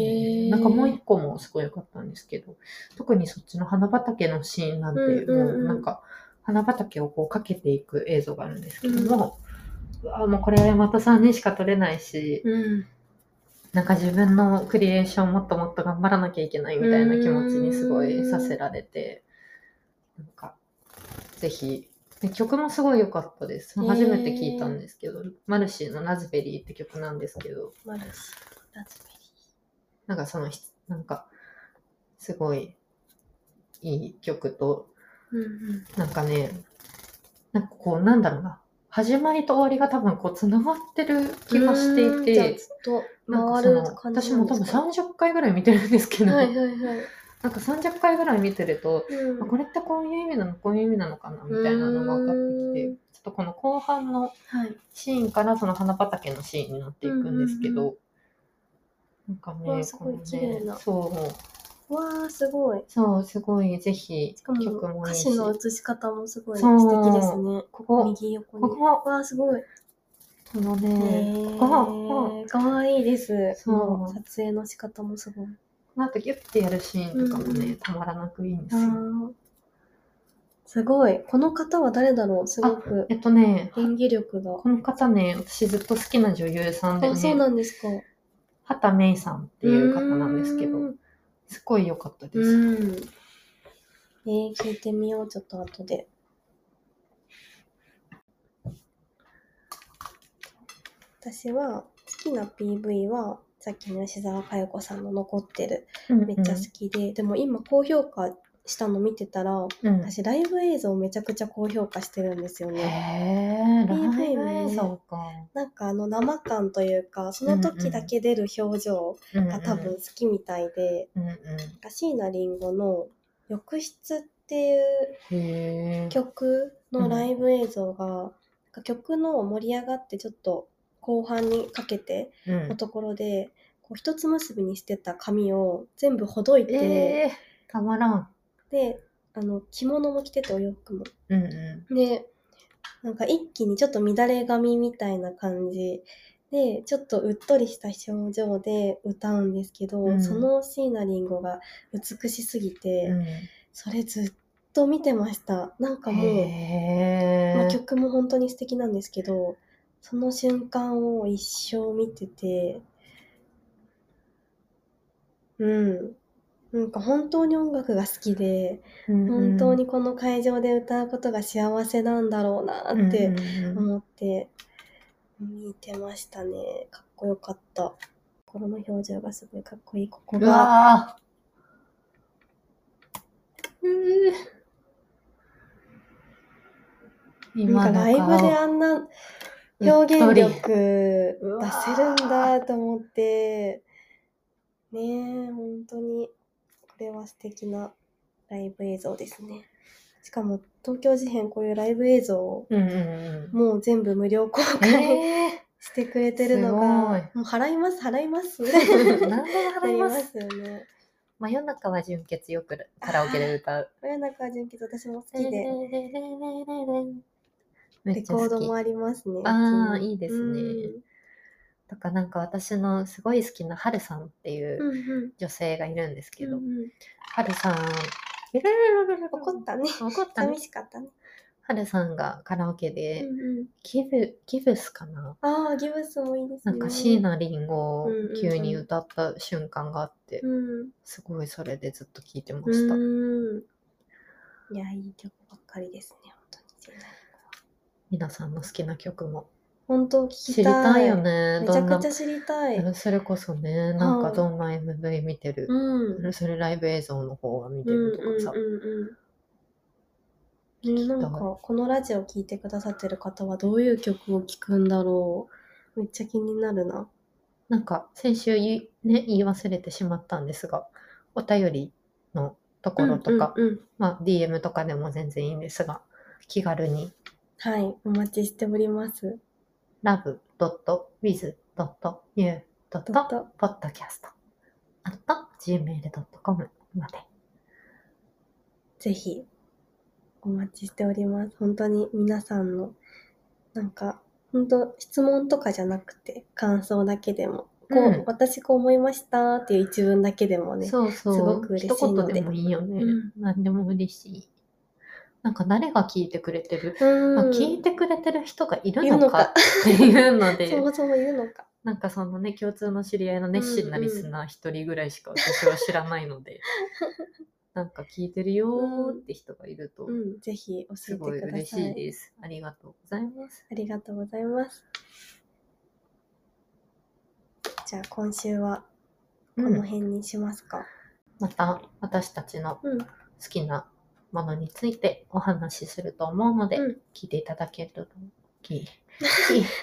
[SPEAKER 1] ね。
[SPEAKER 2] ー
[SPEAKER 1] なんかもう一個もすごい良かったんですけど、特にそっちの花畑のシーンなんて、
[SPEAKER 2] うんうんうん
[SPEAKER 1] もうなんか花畑をこうかけていく映像があるんですけども、うわもうこれまた3人しか撮れないし、
[SPEAKER 2] うん。
[SPEAKER 1] なんか自分のクリエーションもっともっと頑張らなきゃいけないみたいな気持ちにすごいさせられて、なんか、ぜひ、で曲もすごい良かったです。
[SPEAKER 2] へー
[SPEAKER 1] 初めて聞いたんですけど、マルシーのラズベリーって曲なんですけど、
[SPEAKER 2] マルシー、ラズベリー。
[SPEAKER 1] なんかそのひ、なんか、すごいいい曲と、
[SPEAKER 2] うんうん、
[SPEAKER 1] なんかね、なんかこう、なんだろうな、始まりと終わりが多分こう、繋がってる気がしていて、
[SPEAKER 2] うーんじゃあずっと
[SPEAKER 1] なんか
[SPEAKER 2] 回
[SPEAKER 1] そ
[SPEAKER 2] る
[SPEAKER 1] の
[SPEAKER 2] 感
[SPEAKER 1] 私
[SPEAKER 2] じ
[SPEAKER 1] も
[SPEAKER 2] なん
[SPEAKER 1] 多
[SPEAKER 2] です
[SPEAKER 1] 分30
[SPEAKER 2] か
[SPEAKER 1] 回ぐらい見てるんですけど、
[SPEAKER 2] はいはいはい。
[SPEAKER 1] なんか30回ぐらい見てると、
[SPEAKER 2] うん
[SPEAKER 1] あこれってこういう意味なのこういう意味なのかなみたいなのが分かってき
[SPEAKER 2] うーん
[SPEAKER 1] てちょっとこの後半の
[SPEAKER 2] はい。
[SPEAKER 1] シーンからその花畑のシーンになっていくんですけど、
[SPEAKER 2] うん
[SPEAKER 1] なんかね
[SPEAKER 2] わあす
[SPEAKER 1] こ
[SPEAKER 2] ごい
[SPEAKER 1] のね
[SPEAKER 2] 綺麗な
[SPEAKER 1] そう
[SPEAKER 2] わあ、すごい。
[SPEAKER 1] そうすごいぜひ
[SPEAKER 2] しかも
[SPEAKER 1] 曲もい
[SPEAKER 2] 歌
[SPEAKER 1] いし
[SPEAKER 2] 詞の写し方もすごい
[SPEAKER 1] そう
[SPEAKER 2] 素敵ですね。
[SPEAKER 1] ここ
[SPEAKER 2] 右横に。
[SPEAKER 1] ここ
[SPEAKER 2] わあ、すごい。
[SPEAKER 1] この
[SPEAKER 2] え
[SPEAKER 1] ね、
[SPEAKER 2] ー、
[SPEAKER 1] ここ
[SPEAKER 2] かわいいです。
[SPEAKER 1] そう
[SPEAKER 2] もう撮影の仕方もすごい。
[SPEAKER 1] この後ギュッてやるシーンとかもね、
[SPEAKER 2] うん
[SPEAKER 1] たまらなくいいんです
[SPEAKER 2] あ
[SPEAKER 1] よ、
[SPEAKER 2] ーすごい。この方は誰だろうすごく
[SPEAKER 1] えっとね
[SPEAKER 2] 演技力が。
[SPEAKER 1] この方ね私ずっと好きな女優さんで
[SPEAKER 2] あ、そう
[SPEAKER 1] ね
[SPEAKER 2] なんですか。っ
[SPEAKER 1] 畑芽衣さんっていう方なんですけど
[SPEAKER 2] うん。
[SPEAKER 1] すごい良かったです、
[SPEAKER 2] うんえー、聞いてみよう、ちょっと後で。私は好きな PV はさっきの吉沢佳代子さんの残ってる
[SPEAKER 1] うんうん
[SPEAKER 2] めっちゃ好きで、でも今高評価したの見てたら
[SPEAKER 1] うん
[SPEAKER 2] 私ライブ映像めちゃくちゃ高評価してるんですよね。
[SPEAKER 1] へえ、ライ
[SPEAKER 2] PV
[SPEAKER 1] ブ
[SPEAKER 2] ね
[SPEAKER 1] 映像か。
[SPEAKER 2] なんかあの生感というかその時だけ出る表情が多分好きみたいで、
[SPEAKER 1] うんうん。
[SPEAKER 2] なんか椎名林檎の「浴室」っていう
[SPEAKER 1] へえ。
[SPEAKER 2] 曲のライブ映像が、なんか曲の盛り上がってちょっと後半にかけて
[SPEAKER 1] うん
[SPEAKER 2] のところで、こう一つ結びにしてた髪を全部ほどいて、
[SPEAKER 1] ええ、たまらん。
[SPEAKER 2] であの着物も着ててお洋服も。
[SPEAKER 1] うんう
[SPEAKER 2] でなんか一気にちょっと乱れ髪みたいな感じでちょっとうっとりした表情で歌うんですけど、
[SPEAKER 1] うん
[SPEAKER 2] その椎名林檎が美しすぎて、
[SPEAKER 1] ん。
[SPEAKER 2] それずっと見てましたなんか
[SPEAKER 1] うん、
[SPEAKER 2] もう。
[SPEAKER 1] へ
[SPEAKER 2] まあ、
[SPEAKER 1] え。
[SPEAKER 2] 曲も本当に素敵なんですけどその瞬間を一生見ててうんなんか本当に音楽が好きで、
[SPEAKER 1] うんうん
[SPEAKER 2] 本当にこの会場で歌うことが幸せなんだろうなって
[SPEAKER 1] うんうん
[SPEAKER 2] 思って見てましたね。かっこよかった。心の表情がすごいかっこいい。ここ
[SPEAKER 1] う
[SPEAKER 2] が
[SPEAKER 1] わーうー
[SPEAKER 2] な
[SPEAKER 1] 今
[SPEAKER 2] んか
[SPEAKER 1] の
[SPEAKER 2] ライブで
[SPEAKER 1] 顔
[SPEAKER 2] あんな
[SPEAKER 1] うっと
[SPEAKER 2] 表
[SPEAKER 1] り
[SPEAKER 2] 現力出せ
[SPEAKER 1] うわ
[SPEAKER 2] るんだと思って、ねえ、本当に、これは素敵なライブ映像ですね。しかも、東京事変こういうライブ映像を
[SPEAKER 1] うんうん
[SPEAKER 2] もう全部無料公
[SPEAKER 1] うん。
[SPEAKER 2] 開
[SPEAKER 1] え
[SPEAKER 2] してくれてるのが、もう払います、払 います、みたいに
[SPEAKER 1] ー、何でも
[SPEAKER 2] な
[SPEAKER 1] 払い
[SPEAKER 2] り
[SPEAKER 1] ま。
[SPEAKER 2] ますすよね。
[SPEAKER 1] 真夜中は純潔よくカラオケで歌う。
[SPEAKER 2] 親中純吉、私も好きで、
[SPEAKER 1] め
[SPEAKER 2] レ
[SPEAKER 1] っちゃ
[SPEAKER 2] コードも
[SPEAKER 1] 好き。
[SPEAKER 2] ありますね。
[SPEAKER 1] あー
[SPEAKER 2] うちに
[SPEAKER 1] いいですね
[SPEAKER 2] うん
[SPEAKER 1] とかなんか私のすごい好きなハルさんっていう
[SPEAKER 2] うんうん
[SPEAKER 1] 女性がいるんですけ
[SPEAKER 2] う
[SPEAKER 1] ど、
[SPEAKER 2] んうん
[SPEAKER 1] ハルさん、
[SPEAKER 2] 怒ったね。
[SPEAKER 1] 怒ったね
[SPEAKER 2] 寂。しかったね。
[SPEAKER 1] ハルさんがカラオケで、
[SPEAKER 2] うんうん
[SPEAKER 1] ギブ、ギブスかな
[SPEAKER 2] ああ、ギブスもいいです
[SPEAKER 1] な
[SPEAKER 2] ね。
[SPEAKER 1] んか椎名林檎を
[SPEAKER 2] うんうんうん
[SPEAKER 1] 急に歌った瞬間があって、
[SPEAKER 2] うん。
[SPEAKER 1] すごいそれでずっと聴いてま
[SPEAKER 2] う
[SPEAKER 1] した。
[SPEAKER 2] ん。いや、いい曲ばっかりですね、
[SPEAKER 1] 皆さんの好きな曲も
[SPEAKER 2] 本当に。本当、聞きた
[SPEAKER 1] 知り
[SPEAKER 2] い。
[SPEAKER 1] たいよ。ね。
[SPEAKER 2] め
[SPEAKER 1] ど
[SPEAKER 2] ちゃ
[SPEAKER 1] んな
[SPEAKER 2] くちゃ知りたい。
[SPEAKER 1] それこそね、なんか
[SPEAKER 2] うん
[SPEAKER 1] どんな MV 見てる、
[SPEAKER 2] うん。うん
[SPEAKER 1] それライブ映像の方が見て
[SPEAKER 2] うん
[SPEAKER 1] る
[SPEAKER 2] う
[SPEAKER 1] とかさ、
[SPEAKER 2] んうん。ね、なんか、このラジオ聞いてくださってる方はどういう曲を聞くんだろう。めっちゃ気になるな。
[SPEAKER 1] なんか先週言い,、ね、言い忘れてしまったんですが、お便りのところとか、
[SPEAKER 2] うんうんうん
[SPEAKER 1] まあ、DM とかでも全然いいんですが、気軽に
[SPEAKER 2] はい、お待ちしております。
[SPEAKER 1] love.with.new.podcast.gmail.com まで。
[SPEAKER 2] ぜひ、お待ちしております。本当に皆さんの、なんか、本当質問とかじゃなくて、感想だけでも、こう、
[SPEAKER 1] うん
[SPEAKER 2] 私こう思いましたっていう一文だけでもね、
[SPEAKER 1] そうそう。
[SPEAKER 2] すごく嬉しい
[SPEAKER 1] 一
[SPEAKER 2] の
[SPEAKER 1] 言
[SPEAKER 2] で
[SPEAKER 1] でもいいよね。
[SPEAKER 2] うん
[SPEAKER 1] 何でも嬉しい。なんか誰が聞いてくれてる、
[SPEAKER 2] うん
[SPEAKER 1] まあ、聞いてくれてる人がいる
[SPEAKER 2] いる
[SPEAKER 1] の
[SPEAKER 2] の
[SPEAKER 1] か
[SPEAKER 2] か
[SPEAKER 1] っていうので
[SPEAKER 2] そ、もそもいるのか。
[SPEAKER 1] なんかそのね、共通の知り合いの熱心なリスナー一人ぐらいしか私は知らないの で、なんか聞いてるよーって人がいると
[SPEAKER 2] う、ん、ぜひ教
[SPEAKER 1] す
[SPEAKER 2] え
[SPEAKER 1] ごい
[SPEAKER 2] てくだ
[SPEAKER 1] 嬉
[SPEAKER 2] さい。
[SPEAKER 1] しいです。ありがとうございます。
[SPEAKER 2] ありがとうございます。じゃあ今週はこ
[SPEAKER 1] う
[SPEAKER 2] の
[SPEAKER 1] ん、
[SPEAKER 2] 辺にしますか。
[SPEAKER 1] また私たちの
[SPEAKER 2] うん、
[SPEAKER 1] 好きなものについてお話しすると思うので、
[SPEAKER 2] うん
[SPEAKER 1] 聞いていただけると聞 い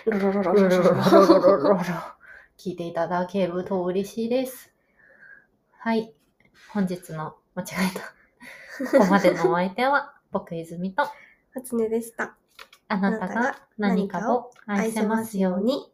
[SPEAKER 2] ロロロロロロロ
[SPEAKER 1] 聞いていただけると嬉しいです。はい。本日の間違えた。ここまでのお相手は、僕泉と
[SPEAKER 2] 初音でした。
[SPEAKER 1] あなたが何かを愛せますように。